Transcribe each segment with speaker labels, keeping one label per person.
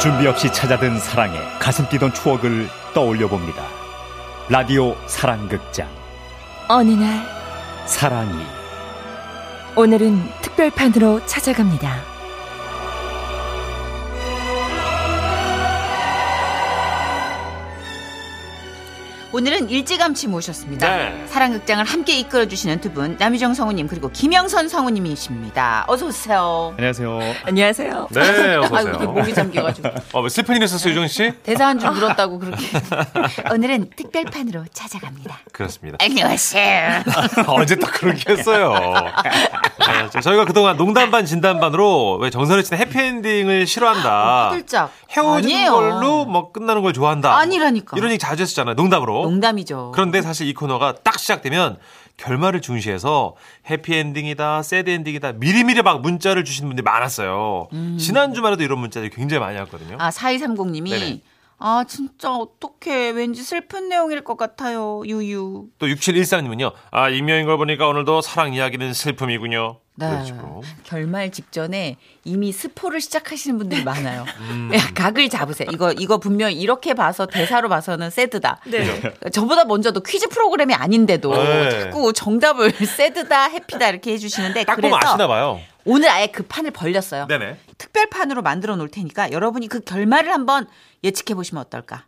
Speaker 1: 준비 없이 찾아든 사랑에 가슴 뛰던 추억을 떠올려 봅니다. 라디오 사랑극장
Speaker 2: 어느 날
Speaker 1: 사랑이
Speaker 2: 오늘은 특별판으로 찾아갑니다.
Speaker 3: 오늘은 일찌감치 모셨습니다.
Speaker 4: 네.
Speaker 3: 사랑극장을 함께 이끌어주시는 두 분, 남희정 성우님 그리고 김영선 성우님이십니다. 어서 오세요.
Speaker 1: 안녕하세요.
Speaker 2: 안녕하세요.
Speaker 4: 네,
Speaker 3: 아유, 이렇게
Speaker 4: 어서오세요.
Speaker 3: 목이 잠겨가지고 그
Speaker 4: 어, 왜 슬픈 일 있었어요, 유정 씨?
Speaker 3: 대사 한 줄 물었다고 그렇게. 오늘은 특별판으로 찾아갑니다.
Speaker 4: 그렇습니다. 아,
Speaker 3: 안녕하세요.
Speaker 4: 언제 또 그렇게 했어요. 네, 저- 저희가 그동안 농담 반 진담 반으로 왜 정선우 씨는 해피엔딩을 싫어한다.
Speaker 3: 화들짝.
Speaker 4: 아, 헤어진
Speaker 3: 아, 아니에요.
Speaker 4: 걸로 뭐 끝나는 걸 좋아한다.
Speaker 3: 아니라니까.
Speaker 4: 이런 얘기 자주 했었잖아요. 농담으로.
Speaker 3: 농담이죠.
Speaker 4: 그런데 사실 이 코너가 딱 시작되면 결말을 중시해서 해피엔딩이다, 새드엔딩이다 미리미리 막 문자를 주시는 분들이 많았어요.
Speaker 3: 음.
Speaker 4: 지난 주말에도 이런 문자들이 굉장히 많이 왔거든요.
Speaker 3: 아, 4230님이
Speaker 4: 네네.
Speaker 3: 아, 진짜 어떡해. 왠지 슬픈 내용일 것 같아요. 유유.
Speaker 4: 또 6714님은요. 아, 익명인 걸 보니까 오늘도 사랑 이야기는 슬픔이군요.
Speaker 3: 네.
Speaker 4: 이런 식으로.
Speaker 3: 결말 직전에 이미 스포를 시작하시는
Speaker 4: 네.
Speaker 3: 분들이 많아요.
Speaker 4: 음.
Speaker 3: 각을 잡으세요. 이거 이거 분명 이렇게 봐서 대사로 봐서는 새드다. 그러니까 저보다 먼저도 퀴즈 프로그램이 아닌데도
Speaker 4: 네.
Speaker 3: 자꾸 정답을 새드다, 해피다 이렇게 해주시는데
Speaker 4: 딱 보면 아시나 봐요.
Speaker 3: 오늘 아예 그 판을 벌렸어요.
Speaker 4: 네네.
Speaker 3: 특별판으로 만들어 놓을 테니까 여러분이 그 결말을 한번 예측해 보시면 어떨까.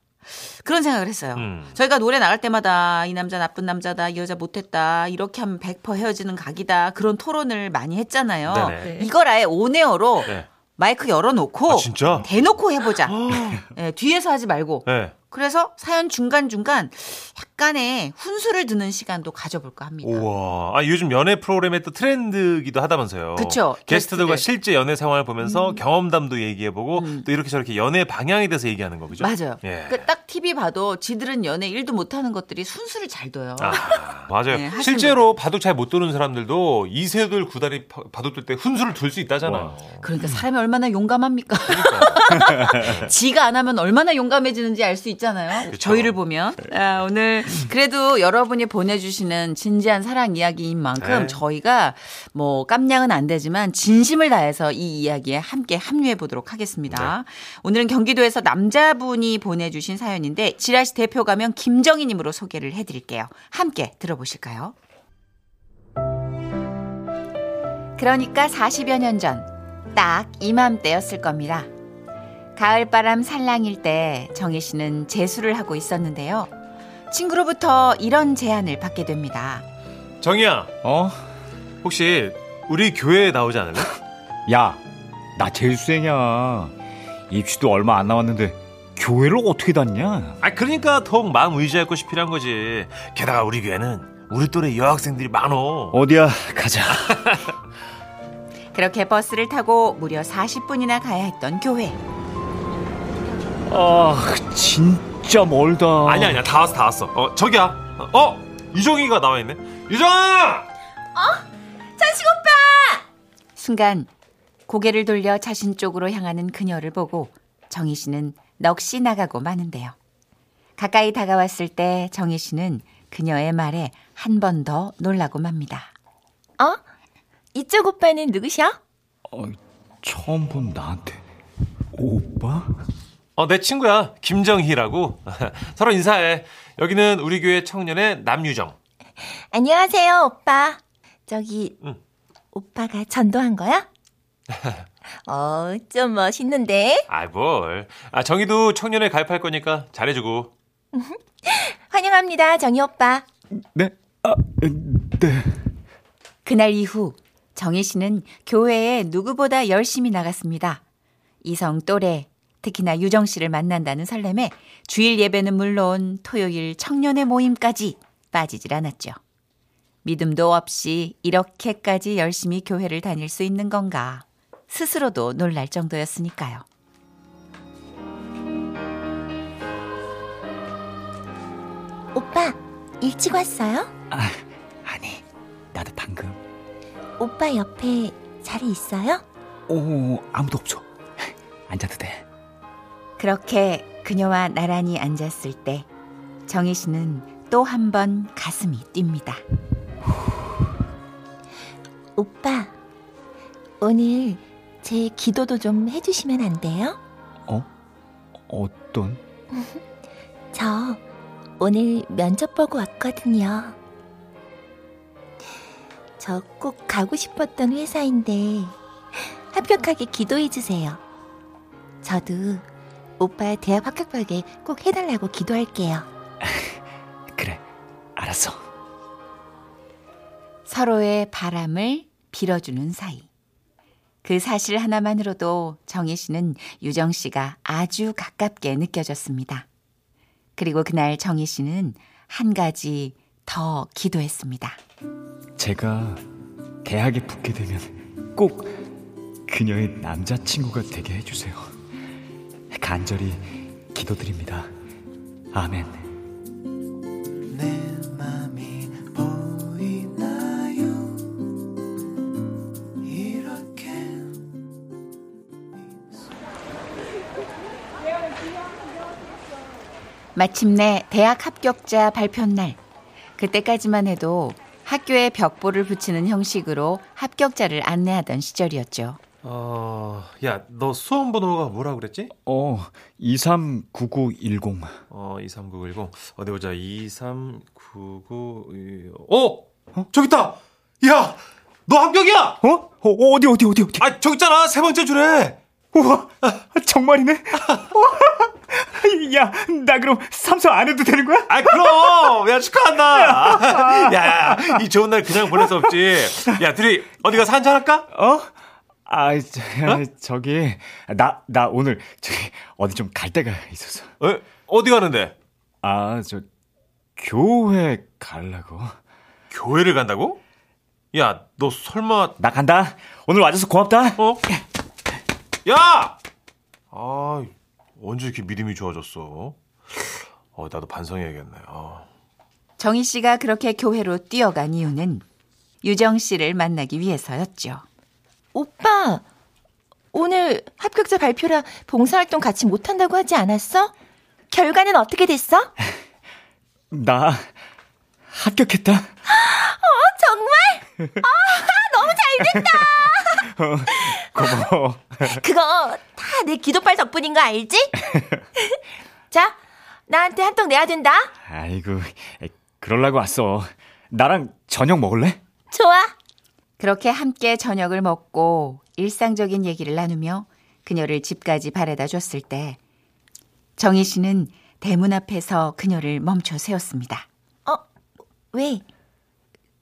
Speaker 3: 그런 생각을 했어요.
Speaker 4: 음.
Speaker 3: 저희가 노래 나갈 때마다 이 남자 나쁜 남자다, 이 여자 못했다, 이렇게 하면 100% 헤어지는 각이다, 그런 토론을 많이 했잖아요.
Speaker 4: 네네.
Speaker 2: 네.
Speaker 3: 이걸 아예 온에어로
Speaker 4: 네.
Speaker 3: 마이크 열어놓고
Speaker 4: 아, 진짜? 아.
Speaker 3: 대놓고 해보자. 예, 뒤에서 하지 말고.
Speaker 4: 네.
Speaker 3: 그래서 사연 중간중간 약간의 훈수를 드는 시간도 가져볼까 합니다.
Speaker 4: 우와. 아, 요즘 연애 프로그램의 또 트렌드기도 하다면서요.
Speaker 3: 그쵸.
Speaker 4: 게스트들과
Speaker 3: 게스트들. 음.
Speaker 4: 실제 연애 상황을 보면서 경험담도 얘기해보고 또 이렇게 저렇게 연애 방향에 대해서 얘기하는 거, 그죠?
Speaker 3: 맞아요.
Speaker 4: 예.
Speaker 3: 그 딱 TV 봐도 지들은 연애 일도 못하는 것들이 순수를 잘 둬요.
Speaker 4: 아, 맞아요.
Speaker 3: 네, 하시는
Speaker 4: 실제로 바둑 잘 못 두는 사람들도 이세돌 구다리 파- 바둑 둘 때 훈수를 둘 수 있다잖아요.
Speaker 3: 그러니까 사람이 얼마나 용감합니까? 지가 안 하면 얼마나 용감해지는지 알 수 있잖아요. 그러니까. 그렇죠. 저희를 보면 아, 오늘 그래도 여러분이 보내주시는 진지한 사랑 이야기인 만큼
Speaker 4: 네.
Speaker 3: 저희가 뭐 깜냥은 안 되지만 진심을 다해서 이 이야기에 함께 합류해 보도록 하겠습니다. 오늘은 경기도에서 남자분이 보내주신 사연인데 지라시 대표 가면 김정희님으로 소개를 해드릴게요. 함께 들어보실까요? 그러니까 40여 년 전 딱 이맘때였을 겁니다. 가을바람 살랑일 때 정혜 씨는 재수를 하고 있었는데요. 친구로부터 이런 제안을 받게 됩니다.
Speaker 4: 정희야,
Speaker 1: 어?
Speaker 4: 혹시 우리 교회에 나오지 않을래?
Speaker 1: 야, 나 재수생이야. 입시도 얼마 안 남았는데 교회를 어떻게 다니냐?
Speaker 4: 아 그러니까 더욱 마음 의지할 곳이 필요한 거지. 게다가 우리 교회는 우리 또래 여학생들이 많어.
Speaker 1: 어디야? 가자.
Speaker 3: 그렇게 버스를 타고 무려 40분이나 가야 했던 교회.
Speaker 1: 아, 진짜 멀다.
Speaker 4: 아니 아니야 다 왔어 다 왔어. 어 저기야. 어 유정이가 나와 있네. 유정아.
Speaker 3: 순간 고개를 돌려 자신 쪽으로 향하는 그녀를 보고 정희 씨는 넋이 나가고 마는데요. 가까이 다가왔을 때 정희 씨는 그녀의 말에 한 번 더 놀라고 맙니다.
Speaker 2: 어? 이쪽 오빠는 누구셔?
Speaker 1: 어, 처음 본 나한테 오빠?
Speaker 4: 어 내 친구야 김정희라고. 서로 인사해. 여기는 우리 교회 청년의 남유정.
Speaker 2: 안녕하세요, 오빠. 저기
Speaker 4: 응.
Speaker 2: 오빠가 전도한 거야? 어, 좀 멋있는데.
Speaker 4: 아이 뭘. 아 정희도 청년에 가입할 거니까 잘해주고.
Speaker 2: 환영합니다, 정희 오빠.
Speaker 1: 네? 아, 네.
Speaker 3: 그날 이후 정희 씨는 교회에 누구보다 열심히 나갔습니다. 이성 또래, 특히나 유정 씨를 만난다는 설렘에 주일 예배는 물론 토요일 청년의 모임까지 빠지질 않았죠. 믿음도 없이 이렇게까지 열심히 교회를 다닐 수 있는 건가 스스로도 놀랄 정도였으니까요.
Speaker 5: 오빠 일찍 왔어요?
Speaker 1: 아, 아니, 나도 방금.
Speaker 5: 오빠 옆에 자리 있어요?
Speaker 1: 오, 아무도 없어. 앉아도 돼.
Speaker 3: 그렇게 그녀와 나란히 앉았을 때 정희 씨는 또 한 번 가슴이 뜁니다.
Speaker 5: 오빠 오늘 제 기도도 좀 해주시면 안 돼요?
Speaker 1: 어? 어떤?
Speaker 5: 저 오늘 면접 보고 왔거든요. 저 꼭 가고 싶었던 회사인데 합격하게 기도해 주세요. 저도 오빠 대학 합격하게 꼭 해달라고 기도할게요.
Speaker 1: 그래, 알았어.
Speaker 3: 서로의 바람을 빌어주는 사이. 그 사실 하나만으로도 정혜 씨는 유정 씨가 아주 가깝게 느껴졌습니다. 그리고 그날 정혜 씨는 한 가지 더 기도했습니다.
Speaker 1: 제가 대학에 붙게 되면 꼭 그녀의 남자친구가 되게 해주세요. 간절히 기도드립니다. 아멘.
Speaker 6: 내 맘이 보이나요 이렇게
Speaker 3: 마침내 대학 합격자 발표 날. 그때까지만 해도 학교에 벽보를 붙이는 형식으로 합격자를 안내하던 시절이었죠.
Speaker 4: 어, 야, 너 수험 번호가 뭐라 그랬지?
Speaker 1: 어, 239910.
Speaker 4: 어, 23910. 어디 보자. 2399. 어? 저기 있다. 야! 너 합격이야!
Speaker 1: 어? 어? 어디, 어디, 어디, 어디?
Speaker 4: 아, 저기 있잖아. 세 번째 줄에.
Speaker 1: 우와, 정말이네? 우와. 야, 나 그럼 삼성 안 해도 되는 거야?
Speaker 4: 아, 그럼! 야, 축하한다! 야, 이 좋은 날 그냥 보낼 수 없지. 야, 둘이 어디 가서 한잔할까?
Speaker 1: 어? 아, 저, 저기, 나, 나 오늘, 저기, 어디 좀 갈 데가 있어서.
Speaker 4: 어, 어디 가는데?
Speaker 1: 아, 저, 교회 가려고.
Speaker 4: 교회를 간다고? 야, 너 설마,
Speaker 1: 나 간다. 오늘 와줘서 고맙다.
Speaker 4: 어? 야! 아, 언제 이렇게 믿음이 좋아졌어? 어, 나도 반성해야겠네. 어.
Speaker 3: 정희 씨가 그렇게 교회로 뛰어간 이유는 유정 씨를 만나기 위해서였죠.
Speaker 2: 오빠, 오늘 합격자 발표라 봉사활동 같이 못한다고 하지 않았어? 결과는 어떻게 됐어? 아,
Speaker 1: 나, 합격했다.
Speaker 2: 정말?
Speaker 1: 고마워.
Speaker 2: 그거 다 내 기도빨 덕분인 거 알지? 자, 나한테 한턱 내야 된다.
Speaker 1: 아이고, 그럴라고 왔어. 나랑 저녁 먹을래?
Speaker 2: 좋아.
Speaker 3: 그렇게 함께 저녁을 먹고 일상적인 얘기를 나누며 그녀를 집까지 바래다 줬을 때 정희 씨는 대문 앞에서 그녀를 멈춰 세웠습니다.
Speaker 2: 왜?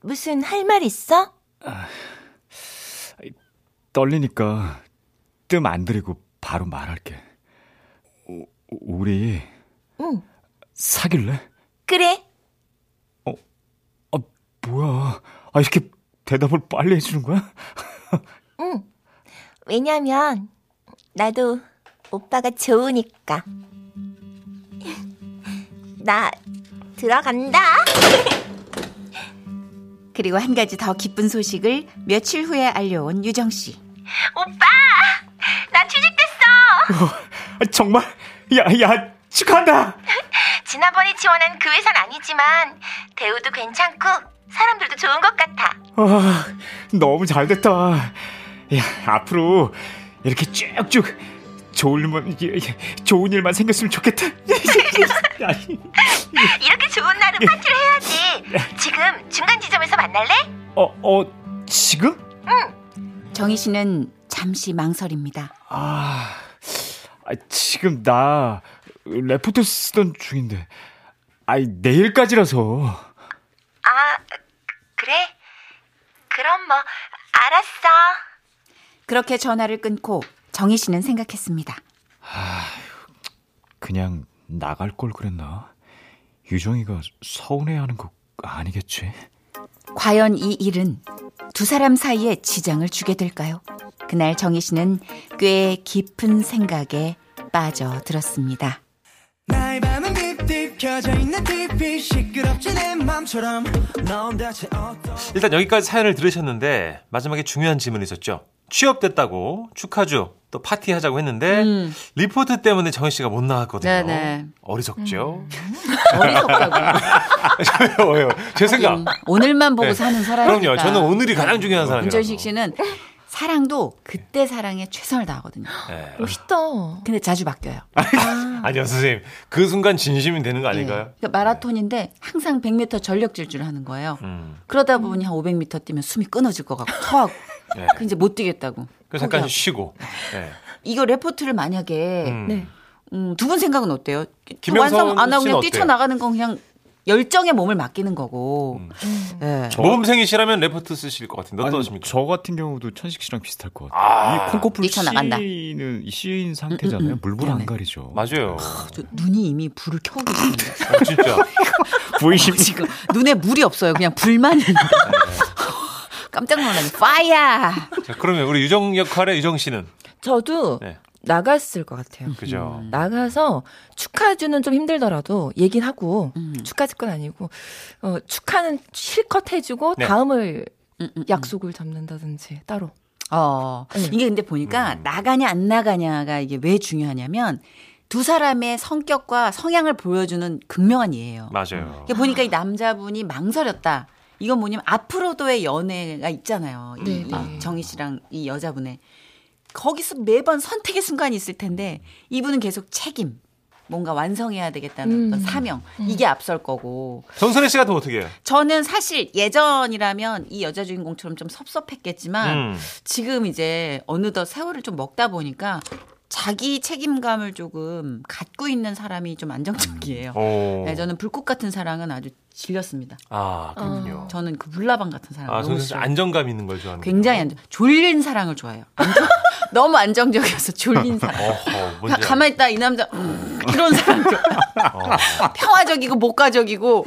Speaker 2: 무슨 할 말 있어?
Speaker 1: 떨리니까 뜸 안 들이고 바로 말할게. 우- 우리
Speaker 2: 응.
Speaker 1: 사귈래?
Speaker 2: 그래.
Speaker 1: 아 뭐야? 아 이렇게 대답을 빨리 해주는 거야?
Speaker 2: 왜냐면 나도 오빠가 좋으니까. 나 들어간다.
Speaker 3: 그리고 한 가지 더 기쁜 소식을 며칠 후에 알려온 유정 씨.
Speaker 2: 오빠, 나 취직됐어.
Speaker 1: 아, 정말? 야야 축하한다.
Speaker 2: 지난번에 지원한 그 회사는 아니지만 대우도 괜찮고 사람들도 좋은 것 같아.
Speaker 1: 아 너무 잘 됐다. 야 앞으로 이렇게 쭉쭉 좋은 일만 예, 예, 좋은 일만 생겼으면 좋겠다. 야,
Speaker 2: 이렇게 좋은 날은 파티를 해야지. 지금 중간 지점에서 만날래?
Speaker 1: 어 어, 지금?
Speaker 3: 정희 씨는 잠시 망설입니다.
Speaker 1: 아, 아, 지금 나 레포트 쓰던 중인데, 아이 내일까지라서.
Speaker 2: 아, 그래? 그럼 뭐, 알았어.
Speaker 3: 그렇게 전화를 끊고 정희 씨는 생각했습니다.
Speaker 1: 그냥 나갈 걸 그랬나? 유정이가 서운해하는 거 아니겠지?
Speaker 3: 과연 이 일은 두 사람 사이에 지장을 주게 될까요? 그날 정희 씨는 꽤 깊은 생각에 빠져들었습니다.
Speaker 6: 나의 밤은 딥딥 켜져 있는 TV 시끄럽지 내 맘처럼 넌 대체 어떤
Speaker 4: 일단 여기까지 사연을 들으셨는데 마지막에 중요한 질문이 있었죠. 취업됐다고 축하주 또 파티하자고 했는데 리포트 때문에 정희 씨가 못 나왔거든요.
Speaker 3: 음. 네네. 음.
Speaker 4: 어리석죠.
Speaker 3: 어리석다고.
Speaker 4: 왜요? 제 생각. 그러니까.
Speaker 3: 예, 오늘만 보고 사는 사람이니까.
Speaker 4: 예. 그럼요. 저는 오늘이 가장 중요한 사람이라서.
Speaker 3: 문전식 씨는 사랑도 그때 사랑에 최선을 다하거든요.
Speaker 4: 네.
Speaker 2: 멋있다.
Speaker 3: 근데 자주 바뀌어요.
Speaker 4: 아니요 선생님 그 순간 진심이 되는 거
Speaker 3: 예.
Speaker 4: 아닐까요?
Speaker 3: 그러니까 마라톤인데 항상 100m 전력 질주를 하는 거예요.
Speaker 4: 음.
Speaker 3: 그러다 보니 한 500m 뛰면 숨이 끊어질 것 같고 토하고
Speaker 4: 네.
Speaker 3: 그 이제 못 뛰겠다고.
Speaker 4: 그래서 잠깐
Speaker 3: 포기하고.
Speaker 4: 쉬고. 네.
Speaker 3: 이거 레포트를 만약에
Speaker 4: 음.
Speaker 2: 네.
Speaker 3: 두 분 생각은 어때요?
Speaker 4: 김영선
Speaker 3: 완성 안 하고
Speaker 4: 씨는
Speaker 3: 그냥
Speaker 4: 어때요?
Speaker 3: 뛰쳐나가는 건 그냥 열정에 몸을 맡기는 거고.
Speaker 4: 음.
Speaker 3: 예.
Speaker 4: 모범생이시라면 레포트 쓰실 것 같은데 어떠십니까?
Speaker 1: 저 같은 경우도 천식 씨랑 비슷할 것 같아요.
Speaker 4: 아.
Speaker 1: 이 콩코풀
Speaker 3: 뛰쳐나간다. 음,
Speaker 1: 씨는 이 씨인 상태잖아요. 물불 안
Speaker 3: 네네.
Speaker 1: 가리죠.
Speaker 4: 맞아요.
Speaker 3: 저 눈이 이미 불을 켜고 있습니다.
Speaker 4: 아, 진짜.
Speaker 1: 보이십니까?
Speaker 3: 눈에 물이 없어요. 그냥
Speaker 2: 네.
Speaker 3: 불만 있는데. 깜짝 놀라네. 파이어!
Speaker 4: 자, 그러면 우리 유정 역할의 유정 씨는
Speaker 2: 저도
Speaker 4: 네.
Speaker 2: 나갔을 것 같아요.
Speaker 4: 그죠.
Speaker 5: 음.
Speaker 2: 나가서 축하주는 좀 힘들더라도 얘긴 하고
Speaker 3: 음.
Speaker 2: 축하질 건 아니고 어, 축하는 실컷 해주고
Speaker 4: 네.
Speaker 2: 다음을
Speaker 3: 음, 음, 음.
Speaker 2: 약속을 잡는다든지 따로.
Speaker 3: 어.
Speaker 2: 네.
Speaker 3: 이게 근데 보니까
Speaker 4: 음.
Speaker 3: 나가냐 안 나가냐가 이게 왜 중요하냐면 두 사람의 성격과 성향을 보여주는 극명한 예예요.
Speaker 4: 맞아요.
Speaker 3: 이게 보니까 이 남자분이 망설였다. 이건 뭐냐면 앞으로도의 연애가 있잖아요. 이-
Speaker 2: 네,
Speaker 3: 이
Speaker 2: 네.
Speaker 3: 정희 씨랑 이 여자분의 거기서 매번 선택의 순간이 있을 텐데 이분은 계속 책임, 뭔가 완성해야 되겠다는
Speaker 2: 음.
Speaker 3: 어떤 사명 이게 앞설 거고
Speaker 4: 정선혜 씨 같으면 어떻게 해요?
Speaker 3: 저는 사실 예전이라면 이 여자 주인공처럼 좀 섭섭했겠지만
Speaker 4: 음.
Speaker 3: 지금 이제 어느덧 세월을 좀 먹다 보니까 자기 책임감을 조금 갖고 있는 사람이 좀 안정적이에요.
Speaker 4: 오.
Speaker 3: 네, 저는 불꽃 같은 사랑은 아주 질렸습니다.
Speaker 4: 아, 그럼요.
Speaker 3: 저는 그 물라방 같은 사랑
Speaker 4: 아,
Speaker 3: 너무
Speaker 4: 정선 씨
Speaker 3: 싫어요.
Speaker 4: 안정감 있는 걸 좋아하는.
Speaker 3: 굉장히 안정, 졸린 사랑을 좋아해요. 안정- 너무 안정적이어서 졸린 사랑.
Speaker 4: 어허,
Speaker 3: 가-
Speaker 4: 뭔지.
Speaker 3: 가만히 있다 이 남자 음, 이런 사람 좋아.
Speaker 4: 어.
Speaker 3: 평화적이고 목가적이고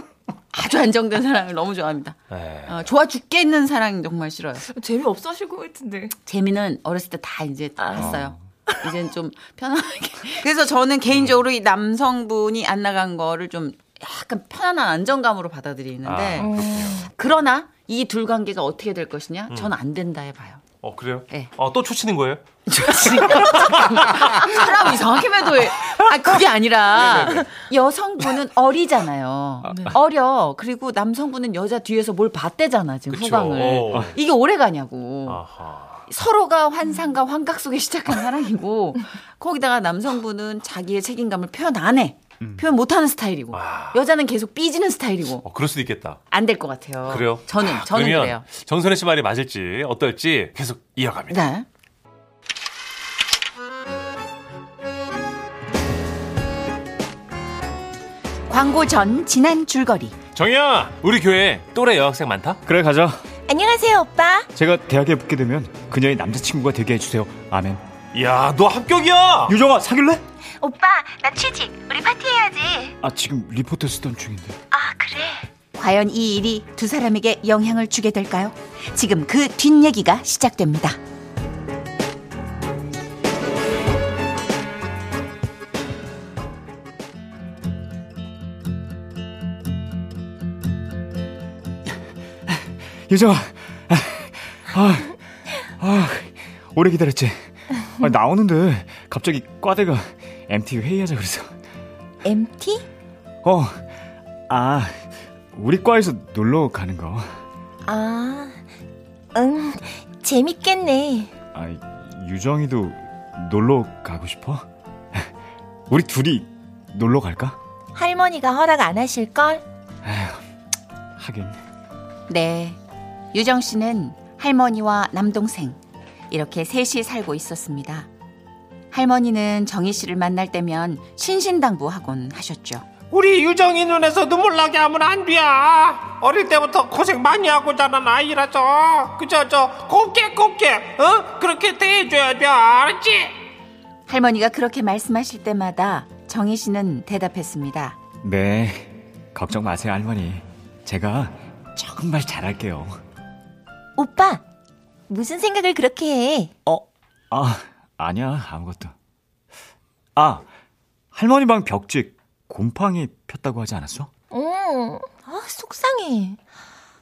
Speaker 3: 아주 안정된 사랑을 너무 좋아합니다.
Speaker 4: 알아요. 네.
Speaker 3: 어, 좋아 죽겠는 사랑 정말 싫어요.
Speaker 2: 재미 없으실 것 같은데.
Speaker 3: 재미는 어렸을 때 다 이제 아. 봤어요. 이젠 좀 편안하게. 그래서 저는 개인적으로 이 남성분이 안 나간 거를 좀 약간 편안한 안정감으로 받아들이는데
Speaker 4: 아, 그렇군요. 음.
Speaker 3: 그러나 이 둘 관계가 어떻게 될 것이냐? 저는 안 된다 해봐요.
Speaker 4: 어, 그래요?
Speaker 3: 네.
Speaker 4: 어, 또 초치는 거예요?
Speaker 3: 아, 사람 이상하게 매도해. 아 그게 아니라 여성분은 어리잖아요.
Speaker 4: 네.
Speaker 3: 어려. 그리고 남성분은 여자 뒤에서 뭘 봤대잖아 지금
Speaker 4: 그쵸.
Speaker 3: 후광을.
Speaker 4: 어.
Speaker 3: 이게 오래 가냐고.
Speaker 4: 아하.
Speaker 3: 서로가 환상과 환각 속에 시작한 사랑이고 거기다가 남성분은 자기의 책임감을 표현 안 해.
Speaker 4: 음.
Speaker 3: 표현 못하는 스타일이고
Speaker 4: 와.
Speaker 3: 여자는 계속 삐지는 스타일이고
Speaker 4: 어, 그럴 수도 있겠다.
Speaker 3: 안 될 것 같아요.
Speaker 4: 그래요?
Speaker 3: 저는 저는
Speaker 4: 그러면
Speaker 3: 그래요.
Speaker 4: 정선혜 씨 말이 맞을지 어떨지 계속 이어갑니다.
Speaker 3: 네. 광고 전 지난 줄거리
Speaker 4: 정희야, 우리 교회 또래 여학생 많다?
Speaker 1: 그래 가자.
Speaker 5: 안녕하세요, 오빠.
Speaker 1: 제가 대학에 붙게 되면 그녀의 남자친구가 되게 해주세요. 아멘.
Speaker 4: 이야, 너 합격이야!
Speaker 1: 유정아 사귈래?
Speaker 5: 오빠, 나 취직. 우리 파티해야지.
Speaker 1: 아 지금 리포트 쓰던 중인데.
Speaker 5: 아, 그래.
Speaker 3: 과연 이 일이 두 사람에게 영향을 주게 될까요? 지금 그 뒷얘기가 시작됩니다.
Speaker 1: 유정아, 아, 아, 아, 오래 기다렸지. 아, 나오는데 갑자기 과대가 MT 회의하자 그래서.
Speaker 5: MT?
Speaker 1: 어, 아, 우리 과에서 놀러 가는 거.
Speaker 5: 아, 응. 재밌겠네.
Speaker 1: 아, 유정이도 놀러 가고 싶어? 우리 둘이 놀러 갈까?
Speaker 5: 할머니가 허락 안 하실걸?
Speaker 1: 하긴.
Speaker 3: 네. 유정 씨는 할머니와 남동생 이렇게 셋이 살고 있었습니다. 할머니는 정희 씨를 만날 때면 신신당부하곤 하셨죠.
Speaker 7: 우리 유정이 눈에서 눈물 나게 하면 안 돼. 어릴 때부터 고생 많이 하고 자란 아이라서 그저 저 곱게 곱게 어 그렇게 대해줘야 돼. 알았지?
Speaker 3: 할머니가 그렇게 말씀하실 때마다 정희 씨는 대답했습니다.
Speaker 1: 네, 걱정 마세요, 할머니. 제가 정말 잘할게요.
Speaker 5: 오빠, 무슨 생각을 그렇게 해?
Speaker 1: 어? 아, 아니야, 아무것도. 아, 할머니 방 벽지에 곰팡이 폈다고 하지 않았어?
Speaker 5: 응. 아, 속상해.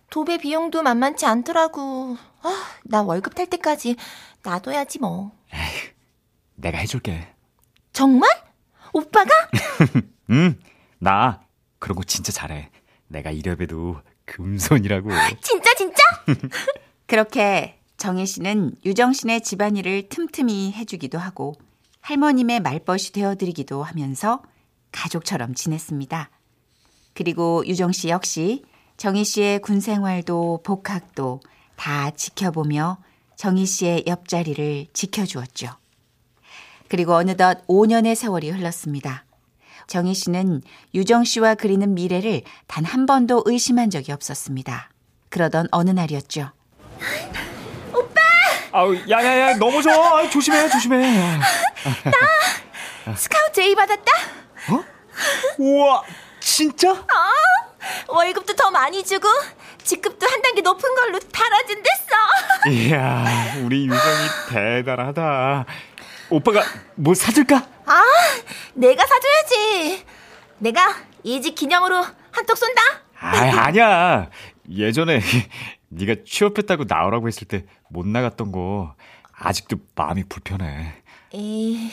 Speaker 5: 도배 비용도 만만치 않더라고. 아, 나 월급 탈 때까지 놔둬야지 뭐.
Speaker 1: 내가 해줄게.
Speaker 5: 정말? 오빠가?
Speaker 1: 응, 나 그런 거 진짜 잘해.
Speaker 5: 아,
Speaker 1: 내가 이래봬도 금손이라고.
Speaker 5: 진짜 진짜?
Speaker 3: 그렇게 정혜 씨는 유정 씨네 집안일을 틈틈이 해주기도 하고 할머님의 말벗이 되어드리기도 하면서 가족처럼 지냈습니다. 그리고 유정 씨 역시 정희 씨의 군 생활도 복학도 다 지켜보며 정희 씨의 옆자리를 지켜주었죠. 그리고 어느덧 5년의 세월이 흘렀습니다. 정희 씨는 유정 씨와 그리는 미래를 단 한 번도 의심한 적이 없었습니다. 그러던 어느 날이었죠.
Speaker 1: 아우 야야야 넘어져 아이, 조심해 조심해
Speaker 5: 스카우트 A 받았다?
Speaker 1: 어? 우와 진짜?
Speaker 5: 월급도 더 많이 주고 직급도 한 단계 높은 걸로 달아준댔어.
Speaker 1: 이야 우리 유정이 대단하다 오빠가 뭐 사줄까?
Speaker 5: 아, 내가 사줘야지. 내가 이직 기념으로 한턱 쏜다.
Speaker 1: 아 아니야 예전에 네가 취업했다고 나오라고 했을 때 못 나갔던 거 아직도 마음이 불편해
Speaker 5: 에이,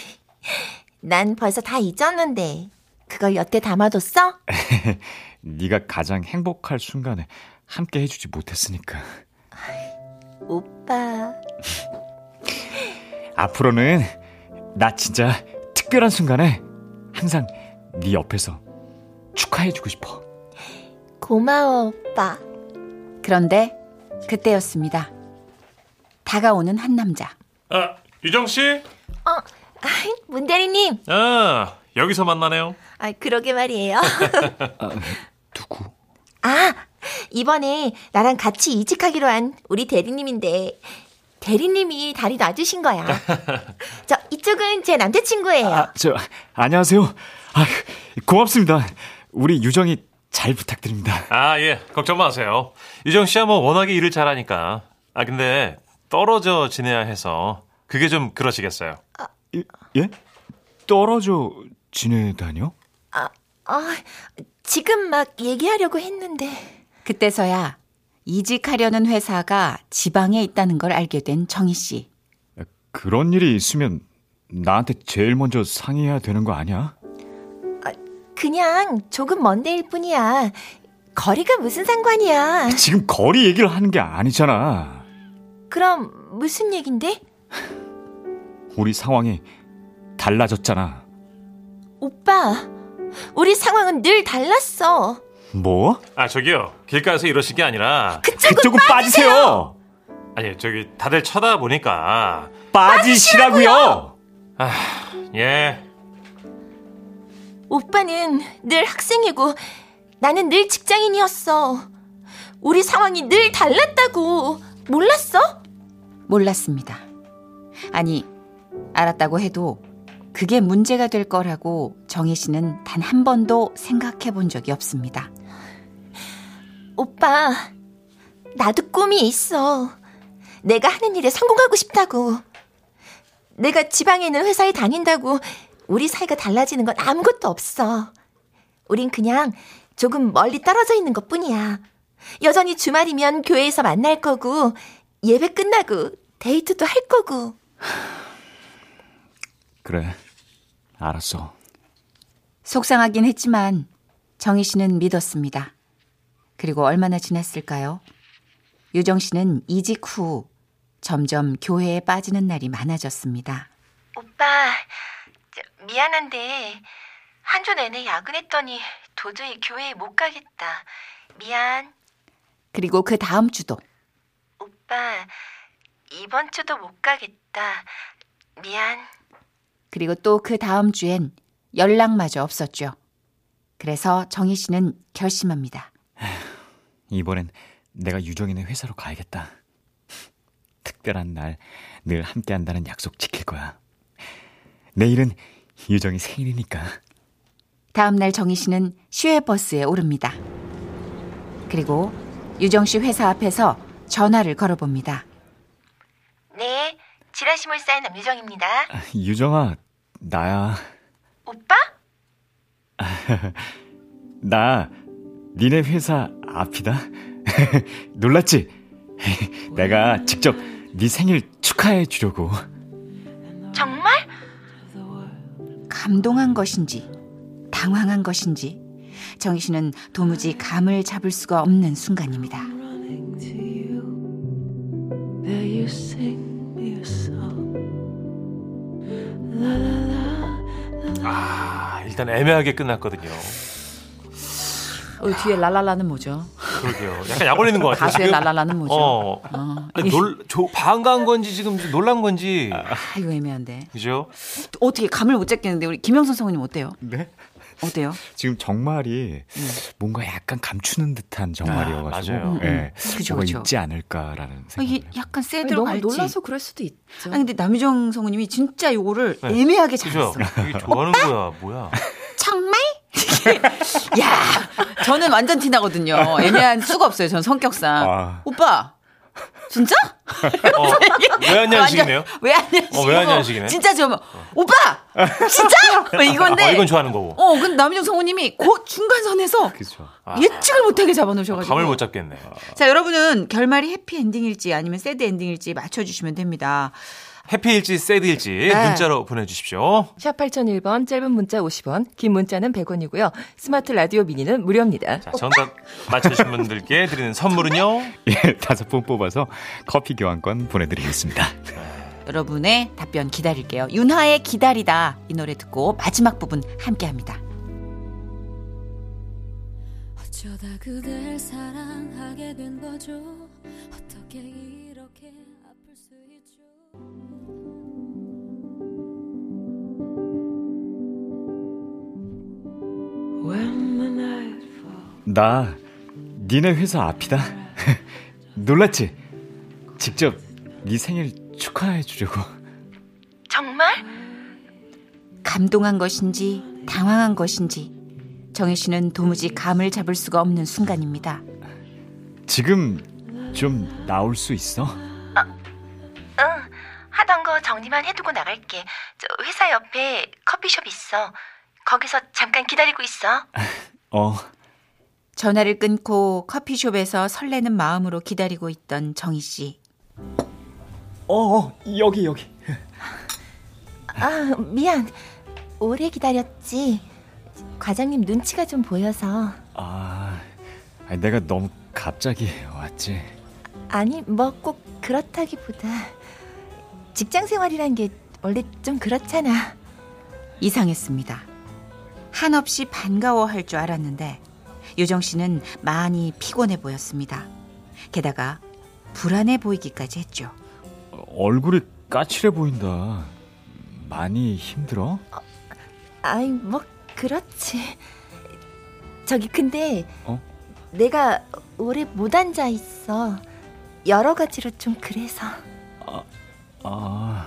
Speaker 5: 난 벌써 다 잊었는데 그걸 여태 담아뒀어?
Speaker 1: 네가 가장 행복할 순간에 함께 해주지 못했으니까
Speaker 5: 오빠.
Speaker 1: 앞으로는 나 진짜 특별한 순간에 항상 네 옆에서 축하해주고 싶어
Speaker 5: 고마워, 오빠.
Speaker 3: 그런데 그때였습니다. 다가오는 한 남자.
Speaker 4: 아, 유정 씨?
Speaker 5: 어, 아이, 문 대리님.
Speaker 4: 아, 여기서 만나네요.
Speaker 5: 아, 그러게 말이에요.
Speaker 1: 누구?
Speaker 5: 아, 이번에 나랑 같이 이직하기로 한 우리 대리님인데 대리님이 다리 놔주신 거야. 저 이쪽은 제 남자친구예요.
Speaker 1: 아, 저 안녕하세요 아, 고맙습니다 우리 유정이 잘 부탁드립니다
Speaker 4: 아, 예. 걱정 마세요. 유정 씨야 뭐 워낙에 일을 잘하니까. 아, 근데 떨어져 지내야 해서 그게 좀 그러시겠어요.
Speaker 1: 이- 예? 떨어져 지내다녀?
Speaker 5: 아, 지금 막 얘기하려고 했는데
Speaker 3: 그때서야 이직하려는 회사가 지방에 있다는 걸 알게 된 정희 씨.
Speaker 1: 그런 일이 있으면 나한테 제일 먼저 상의해야 되는 거 아니야?
Speaker 5: 그냥 조금 먼 데일 뿐이야. 거리가 무슨 상관이야.
Speaker 1: 지금 거리 얘기를 하는 게 아니잖아.
Speaker 5: 그럼 무슨 얘긴데?
Speaker 1: 우리 상황이 달라졌잖아.
Speaker 5: 오빠, 우리 상황은 늘 달랐어.
Speaker 1: 뭐?
Speaker 4: 아, 저기요. 길가에서 이러신 게 아니라
Speaker 1: 그쪽은 빠지세요.
Speaker 4: 아니, 저기 다들 쳐다보니까
Speaker 1: 빠지시라고요.
Speaker 4: 예.
Speaker 5: 오빠는 늘 학생이고 나는 늘 직장인이었어. 우리 상황이 늘 달랐다고 몰랐어?
Speaker 3: 몰랐습니다. 아니, 알았다고 해도 그게 문제가 될 거라고 정희 씨는 단 한 번도 생각해 본 적이 없습니다.
Speaker 5: 오빠, 나도 꿈이 있어. 내가 하는 일에 성공하고 싶다고. 내가 지방에 있는 회사에 다닌다고 우리 사이가 달라지는 건 아무것도 없어. 우린 그냥 조금 멀리 떨어져 있는 것 뿐이야. 여전히 주말이면 교회에서 만날 거고, 예배 끝나고 데이트도 할 거고.
Speaker 1: 그래. 알았어.
Speaker 3: 속상하긴 했지만 정희 씨는 믿었습니다. 그리고 얼마나 지났을까요? 유정 씨는 이직 후 점점 교회에 빠지는 날이 많아졌습니다.
Speaker 5: 오빠, 저, 미안한데 한 주 내내 야근했더니 도저히 교회에 못 가겠다. 미안,
Speaker 3: 그리고 그 다음 주도
Speaker 5: 오빠. 이번 주도 못 가겠다. 미안.
Speaker 3: 그리고 또 그 다음 주엔 연락마저 없었죠. 그래서 정희 씨는 결심합니다.
Speaker 1: 이번엔 내가 유정이네 회사로 가야겠다. 특별한 날 늘 함께 한다는 약속 지킬 거야. 내일은 유정이 생일이니까.
Speaker 3: 다음 날 정희 씨는 시외버스에 오릅니다. 그리고 유정 씨 회사 앞에서 전화를 걸어봅니다.
Speaker 5: 네, 지라시몰사의 남유정입니다.
Speaker 1: 유정아, 나야.
Speaker 5: 오빠?
Speaker 1: 나 니네 회사 앞이다. 놀랐지? 내가 직접 네 생일 축하해 주려고.
Speaker 5: 정말?
Speaker 3: 감동한 것인지 당황한 것인지 정희 씨는 도무지 감을 잡을 수가 없는 순간입니다.
Speaker 8: There you you sing me a song. La la la.
Speaker 4: 아, 일단 애매하게 끝났거든요.
Speaker 3: 어, 뒤에 라라라는 뭐죠?
Speaker 4: 그러게요. 약간 약 올리는 것 같아요.
Speaker 3: 가수의
Speaker 4: 지금.
Speaker 3: 라라라는 뭐죠?
Speaker 4: 어.
Speaker 3: 어,
Speaker 4: 아니, 놀, 조, 반가운 건지 지금 놀란 건지.
Speaker 3: 아, 이거 애매한데.
Speaker 4: 그죠?
Speaker 3: 또 어떻게 감을 못 잡겠는데 우리 김영선 성우님 어때요?
Speaker 1: 네?
Speaker 3: 어때요?
Speaker 1: 지금 정말이 뭔가 약간 감추는 듯한 정말이어가지고
Speaker 4: 아, 맞아요.
Speaker 1: 예,
Speaker 3: 그죠,
Speaker 1: 뭐가
Speaker 3: 그죠.
Speaker 1: 있지 않을까라는
Speaker 3: 아,
Speaker 1: 생각이
Speaker 3: 이게
Speaker 1: 해요.
Speaker 3: 약간
Speaker 2: 아니,
Speaker 3: 세드로
Speaker 2: 너무
Speaker 3: 갈지.
Speaker 2: 놀라서 그럴 수도 있죠.
Speaker 3: 아니 근데 남유정 성우님이 진짜 요거를
Speaker 4: 네.
Speaker 3: 애매하게 잘했어.
Speaker 4: 그죠? 이게 좋아하는 거야, 뭐야.
Speaker 3: 정말? 야, 저는 완전 티나거든요. 애매한 수가 없어요. 전 성격상.
Speaker 1: 아.
Speaker 3: 오빠. 진짜?
Speaker 4: 어, 왜안냐는 식이네요.
Speaker 3: 왜안 연식이고.
Speaker 4: 어, 왜안 연식이네?
Speaker 3: 진짜 좀 오빠. 진짜? 이건데.
Speaker 4: 어, 이건 좋아하는 거고.
Speaker 3: 어, 근데 남유정 성우님이 그 중간선에서
Speaker 1: 그렇죠.
Speaker 3: 예측을 못하게 잡아놓으셔가지고.
Speaker 4: 아. 감을 못 잡겠네.
Speaker 3: 자, 여러분은 결말이 해피 엔딩일지 아니면 새드 엔딩일지 맞춰주시면 됩니다.
Speaker 4: 해피일지, 새드일지
Speaker 3: 네.
Speaker 4: 문자로 보내주십시오.
Speaker 2: 샵 8001번 짧은 문자 50원, 긴 문자는 100원이고요. 스마트 라디오 미니는 무료입니다.
Speaker 4: 자, 정답 맞춰주신 분들께 드리는 선물은요.
Speaker 1: 예, 다섯 분 뽑아서 커피 교환권 보내드리겠습니다.
Speaker 3: 여러분의 답변 기다릴게요. 윤하의 기다리다 이 노래 듣고 마지막 부분 함께합니다.
Speaker 8: 어쩌다 그댈 사랑하게 된 거죠 어떻게 이렇게 아플 수 있죠 When the night falls
Speaker 1: 나 니네 회사 앞이다. 놀랐지? 직접 네 생일 축하해 주려고.
Speaker 3: 감동한 것인지 당황한 것인지 정혜 씨는 도무지 감을 잡을 수가 없는 순간입니다.
Speaker 1: 지금 좀 나올 수 있어?
Speaker 5: 응, 하던 거 정리만 해두고 나갈게. 저 회사 옆에 커피숍 있어. 거기서 잠깐 기다리고 있어.
Speaker 1: 어,
Speaker 3: 전화를 끊고 커피숍에서 설레는 마음으로 기다리고 있던 정희 씨.
Speaker 1: 어, 어 여기 여기.
Speaker 5: 아, 미안. 오래 기다렸지. 과장님 눈치가 좀 보여서.
Speaker 1: 아, 아니, 내가 너무 갑자기 왔지.
Speaker 5: 아니, 뭐 꼭 그렇다기보다 직장 생활이란 게 원래 좀 그렇잖아.
Speaker 3: 이상했습니다. 한없이 반가워할 줄 알았는데 유정 씨는 많이 피곤해 보였습니다. 게다가 불안해 보이기까지 했죠.
Speaker 1: 어, 얼굴이 까칠해 보인다. 많이 힘들어?
Speaker 5: 아이, 뭐 그렇지. 저기 근데
Speaker 1: 어?
Speaker 5: 내가 오래 못 앉아 있어. 여러 가지로 좀 그래서.
Speaker 1: 아,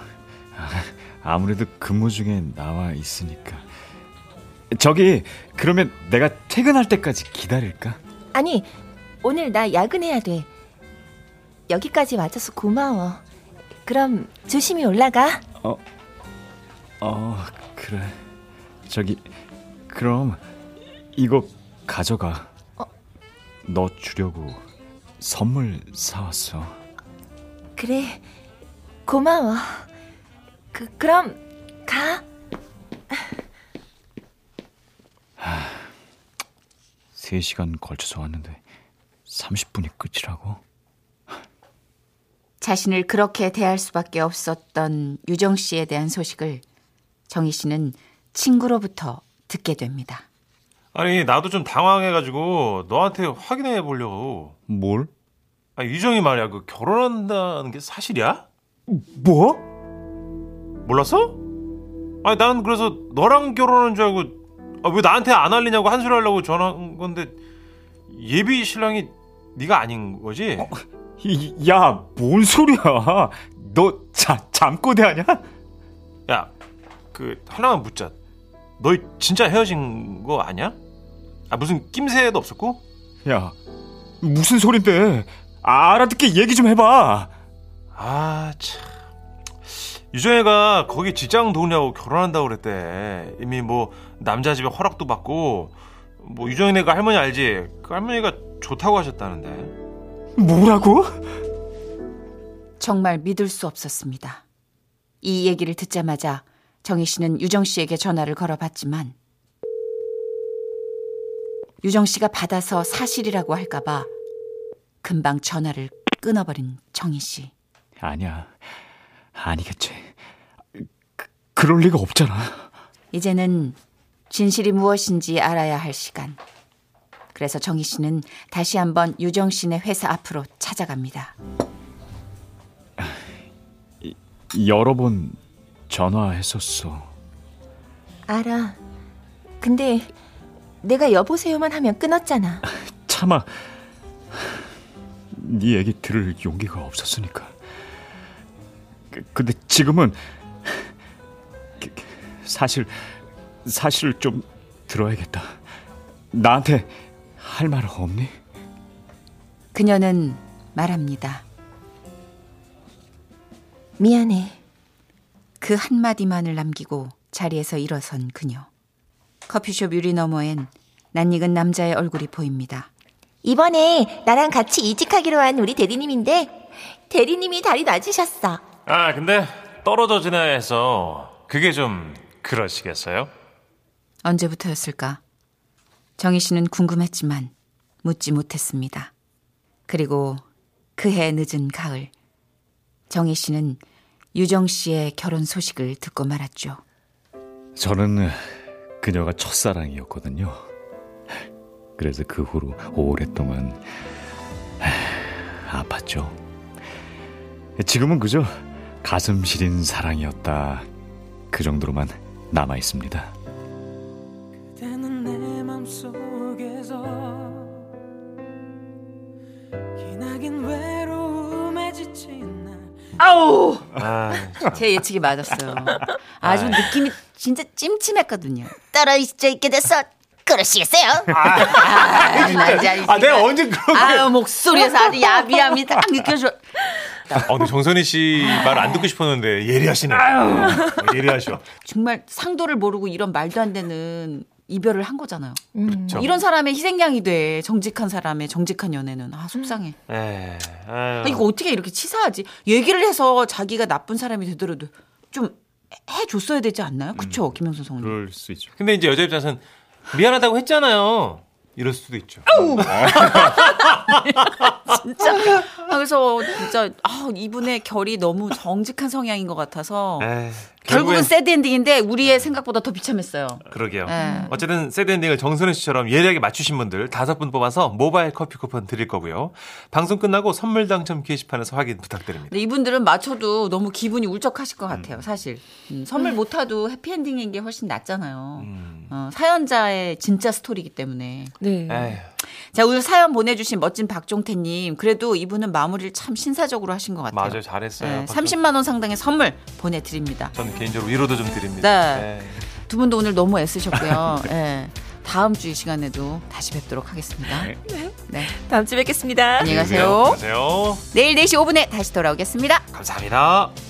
Speaker 1: 아무래도 근무 중에 나와 있으니까. 저기 그러면 내가 퇴근할 때까지 기다릴까?
Speaker 5: 아니, 오늘 나 야근해야 돼. 여기까지 와줘서 고마워. 그럼 조심히 올라가.
Speaker 1: 어, 그래. 저기 그럼 이거 가져가. 너 주려고 선물 사왔어.
Speaker 5: 그래, 고마워. 그, 그럼, 가.
Speaker 1: 세시간 걸쳐서 왔는데 30분이 끝이라고?
Speaker 3: 자신을 그렇게 대할 수밖에 없었던 유정 씨에 대한 소식을 정희 씨는 친구로부터 듣게 됩니다.
Speaker 4: 아니, 나도 좀 당황해가지고 너한테 확인해 보려고.
Speaker 1: 뭘?
Speaker 4: 아, 유정이 말이야. 그 결혼한다는 게 사실이야?
Speaker 1: 뭐?
Speaker 4: 몰랐어? 아니, 난 그래서 너랑 결혼한 줄 알고 아, 왜 나한테 안 알리냐고 한소리 하려고 전화한 건데 예비 신랑이 네가 아닌 거지?
Speaker 1: 야, 뭔 소리야? 너 자, 잠꼬대 하냐?
Speaker 4: 야, 그 하나만 묻자. 너 진짜 헤어진 거 아니야? 아 무슨 낌새도 없었고?
Speaker 1: 야, 무슨 소린데? 알아듣게 얘기 좀 해봐.
Speaker 4: 아 참. 유정애가 거기 직장 동료하고 결혼한다고 그랬대. 이미 뭐 남자 집에 허락도 받고 뭐 유정애가 할머니 알지? 그 할머니가 좋다고 하셨다는데.
Speaker 1: 뭐라고?
Speaker 3: 정말 믿을 수 없었습니다. 이 얘기를 듣자마자 정희 씨는 유정 씨에게 전화를 걸어봤지만 유정 씨가 받아서 사실이라고 할까봐 금방 전화를 끊어버린 정희 씨.
Speaker 1: 아니야. 아니겠지. 그, 그럴 리가 없잖아.
Speaker 3: 이제는 진실이 무엇인지 알아야 할 시간. 그래서 정희 씨는 다시 한번 유정 씨네 회사 앞으로 찾아갑니다.
Speaker 1: 여러 번 전화했었어.
Speaker 5: 알아. 근데 내가 여보세요만 하면 끊었잖아.
Speaker 1: 차마 네 얘기 들을 용기가 없었으니까. 그- 근데 지금은 그- 그- 사실 사실을 좀 들어야겠다. 나한테 할 말 없니?
Speaker 3: 그녀는 말합니다.
Speaker 5: 미안해.
Speaker 3: 그 한마디만을 남기고 자리에서 일어선 그녀. 커피숍 유리 너머엔 낯익은 남자의 얼굴이 보입니다.
Speaker 5: 이번에 나랑 같이 이직하기로 한 우리 대리님인데 대리님이 다리 놔주셨어.
Speaker 4: 아 근데 떨어져 지나야 해서 그게 좀 그러시겠어요?
Speaker 3: 언제부터였을까? 정희 씨는 궁금했지만 묻지 못했습니다. 그리고 그해 늦은 가을, 정희 씨는 유정 씨의 결혼 소식을 듣고 말았죠.
Speaker 1: 저는 그녀가 첫사랑이었거든요. 그래서 그 후로 오랫동안 하, 아팠죠. 지금은 그저 가슴 시린 사랑이었다. 그 정도로만 남아 있습니다.
Speaker 6: 그대는 내 맘속에서 기나긴 외로움에 지친 날
Speaker 3: 아우!
Speaker 4: 아
Speaker 3: 제 예측이 맞았어요. 아주 느낌이 진짜 찜찜했거든요.
Speaker 5: 떨어져 있게 돼서 그러시겠어요?
Speaker 3: 아, 내가 언제 그렇게. 아유, 목소리에서 아주 야비함이 딱 느껴져.
Speaker 4: 어, 근데 정선희 씨 말 안 듣고 싶었는데 예리하시네. 어, 예리하셔.
Speaker 3: 정말 상도를 모르고 이런 말도 안 되는 이별을 한 거잖아요.
Speaker 4: 그렇죠.
Speaker 3: 이런 사람의 희생양이 돼. 정직한 사람의 정직한 연애는. 아, 속상해.
Speaker 4: 에, 예, 아유.
Speaker 3: 아, 이거 어떻게 이렇게 치사하지? 얘기를 해서 자기가 나쁜 사람이 되더라도 좀 해줬어야 되지 않나요? 음. 그쵸, 김영선 성우님.
Speaker 1: 그럴 수 있죠.
Speaker 4: 근데 이제 여자 입장에서는 미안하다고 했잖아요. 이럴 수도 있죠.
Speaker 3: 아, 그래서 진짜, 아, 이분의 결이 너무 정직한 성향인 것 같아서.
Speaker 4: 에이,
Speaker 3: 결국은
Speaker 4: 예, 결국엔
Speaker 3: 새드엔딩인데 네. 우리의 생각보다 더 비참했어요.
Speaker 4: 그러게요.
Speaker 3: 네.
Speaker 4: 어쨌든 세드엔딩을 정선혜 씨처럼 예리하게 맞추신 분들 다섯 분 뽑아서 모바일 커피 쿠폰 드릴 거고요. 방송 끝나고 선물 당첨 게시판에서 확인 부탁드립니다.
Speaker 3: 근데 이분들은 맞춰도 너무 기분이 울적하실 것 같아요, 사실. 음, 선물 못하도 해피엔딩인 게 훨씬 낫잖아요. 어, 사연자의 진짜 스토리이기 때문에.
Speaker 2: 네.
Speaker 4: 음. 에휴,
Speaker 3: 자, 오늘 사연 보내주신 멋진 박종태님. 그래도 이분은 마무리를 참 신사적으로 하신 것 같아요.
Speaker 4: 맞아요. 잘했어요.
Speaker 3: 네, 30만원 상당의 선물 보내드립니다.
Speaker 4: 저는 개인적으로 위로도 좀 드립니다.
Speaker 3: 네.
Speaker 4: 에이.
Speaker 3: 두 분도 오늘 너무 애쓰셨고요. 네, 다음 주 이 시간에도 다시 뵙도록 하겠습니다. 네.
Speaker 2: 다음 주에 뵙겠습니다.
Speaker 3: 안녕히 가세요. 네
Speaker 4: 안녕하세요.
Speaker 3: 내일 4시 5분에 다시 돌아오겠습니다.
Speaker 4: 감사합니다.